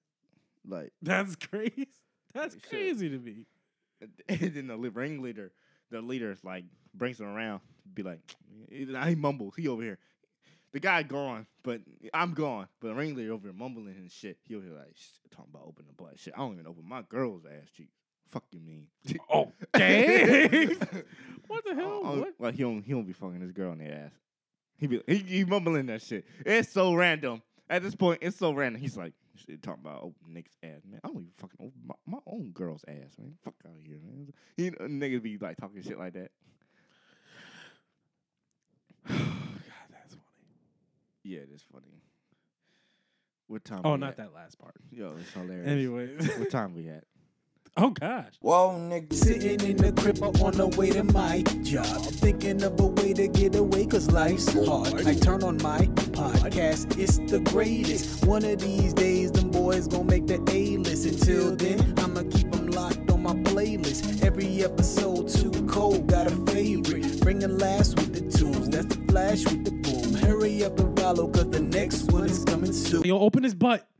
S2: like
S1: That's crazy. That's
S2: Holy shit.
S1: crazy to me.
S2: and then the li- ringleader, the leader, like brings him around, be like, I mumbles, he over here. The guy gone, but I'm gone. But the ringleader over here mumbling and shit. He over here like "Shh, talking about opening the butt. Shit, I don't even open my girl's ass cheeks. Fuck you mean?
S1: Oh, dang. what the hell?
S2: I don't- I don't-
S1: What?
S2: Like Oh, he don't he don't be fucking this girl in the ass. He be he, he mumbling that shit. It's so random. At this point, it's so random. He's like shit, talking about open niggas ass, man. I don't even fucking open my, my own girl's ass, man. Fuck out of here, man. He niggas be like talking shit like that.
S1: God, that's funny.
S2: Yeah, it's funny. What time?
S1: Oh,
S2: we
S1: not
S2: at?
S1: that last part.
S2: Yo, it's hilarious.
S1: Anyway.
S2: what time we at?
S1: oh gosh.
S4: Whoa, nigga. Sitting in the crib or on the way to my job. I'm thinking of a way to get away, cause life's hard. I turn on my podcast, it's the greatest. One of these days, them boys gonna make the A list. Until then, I'ma keep them locked on my playlist. Every episode, too cold, got a favorite. Bringing last with the tunes, that's the flash with the boom. Hurry up and follow, cause the next one is coming soon.
S1: Yo, open his butt.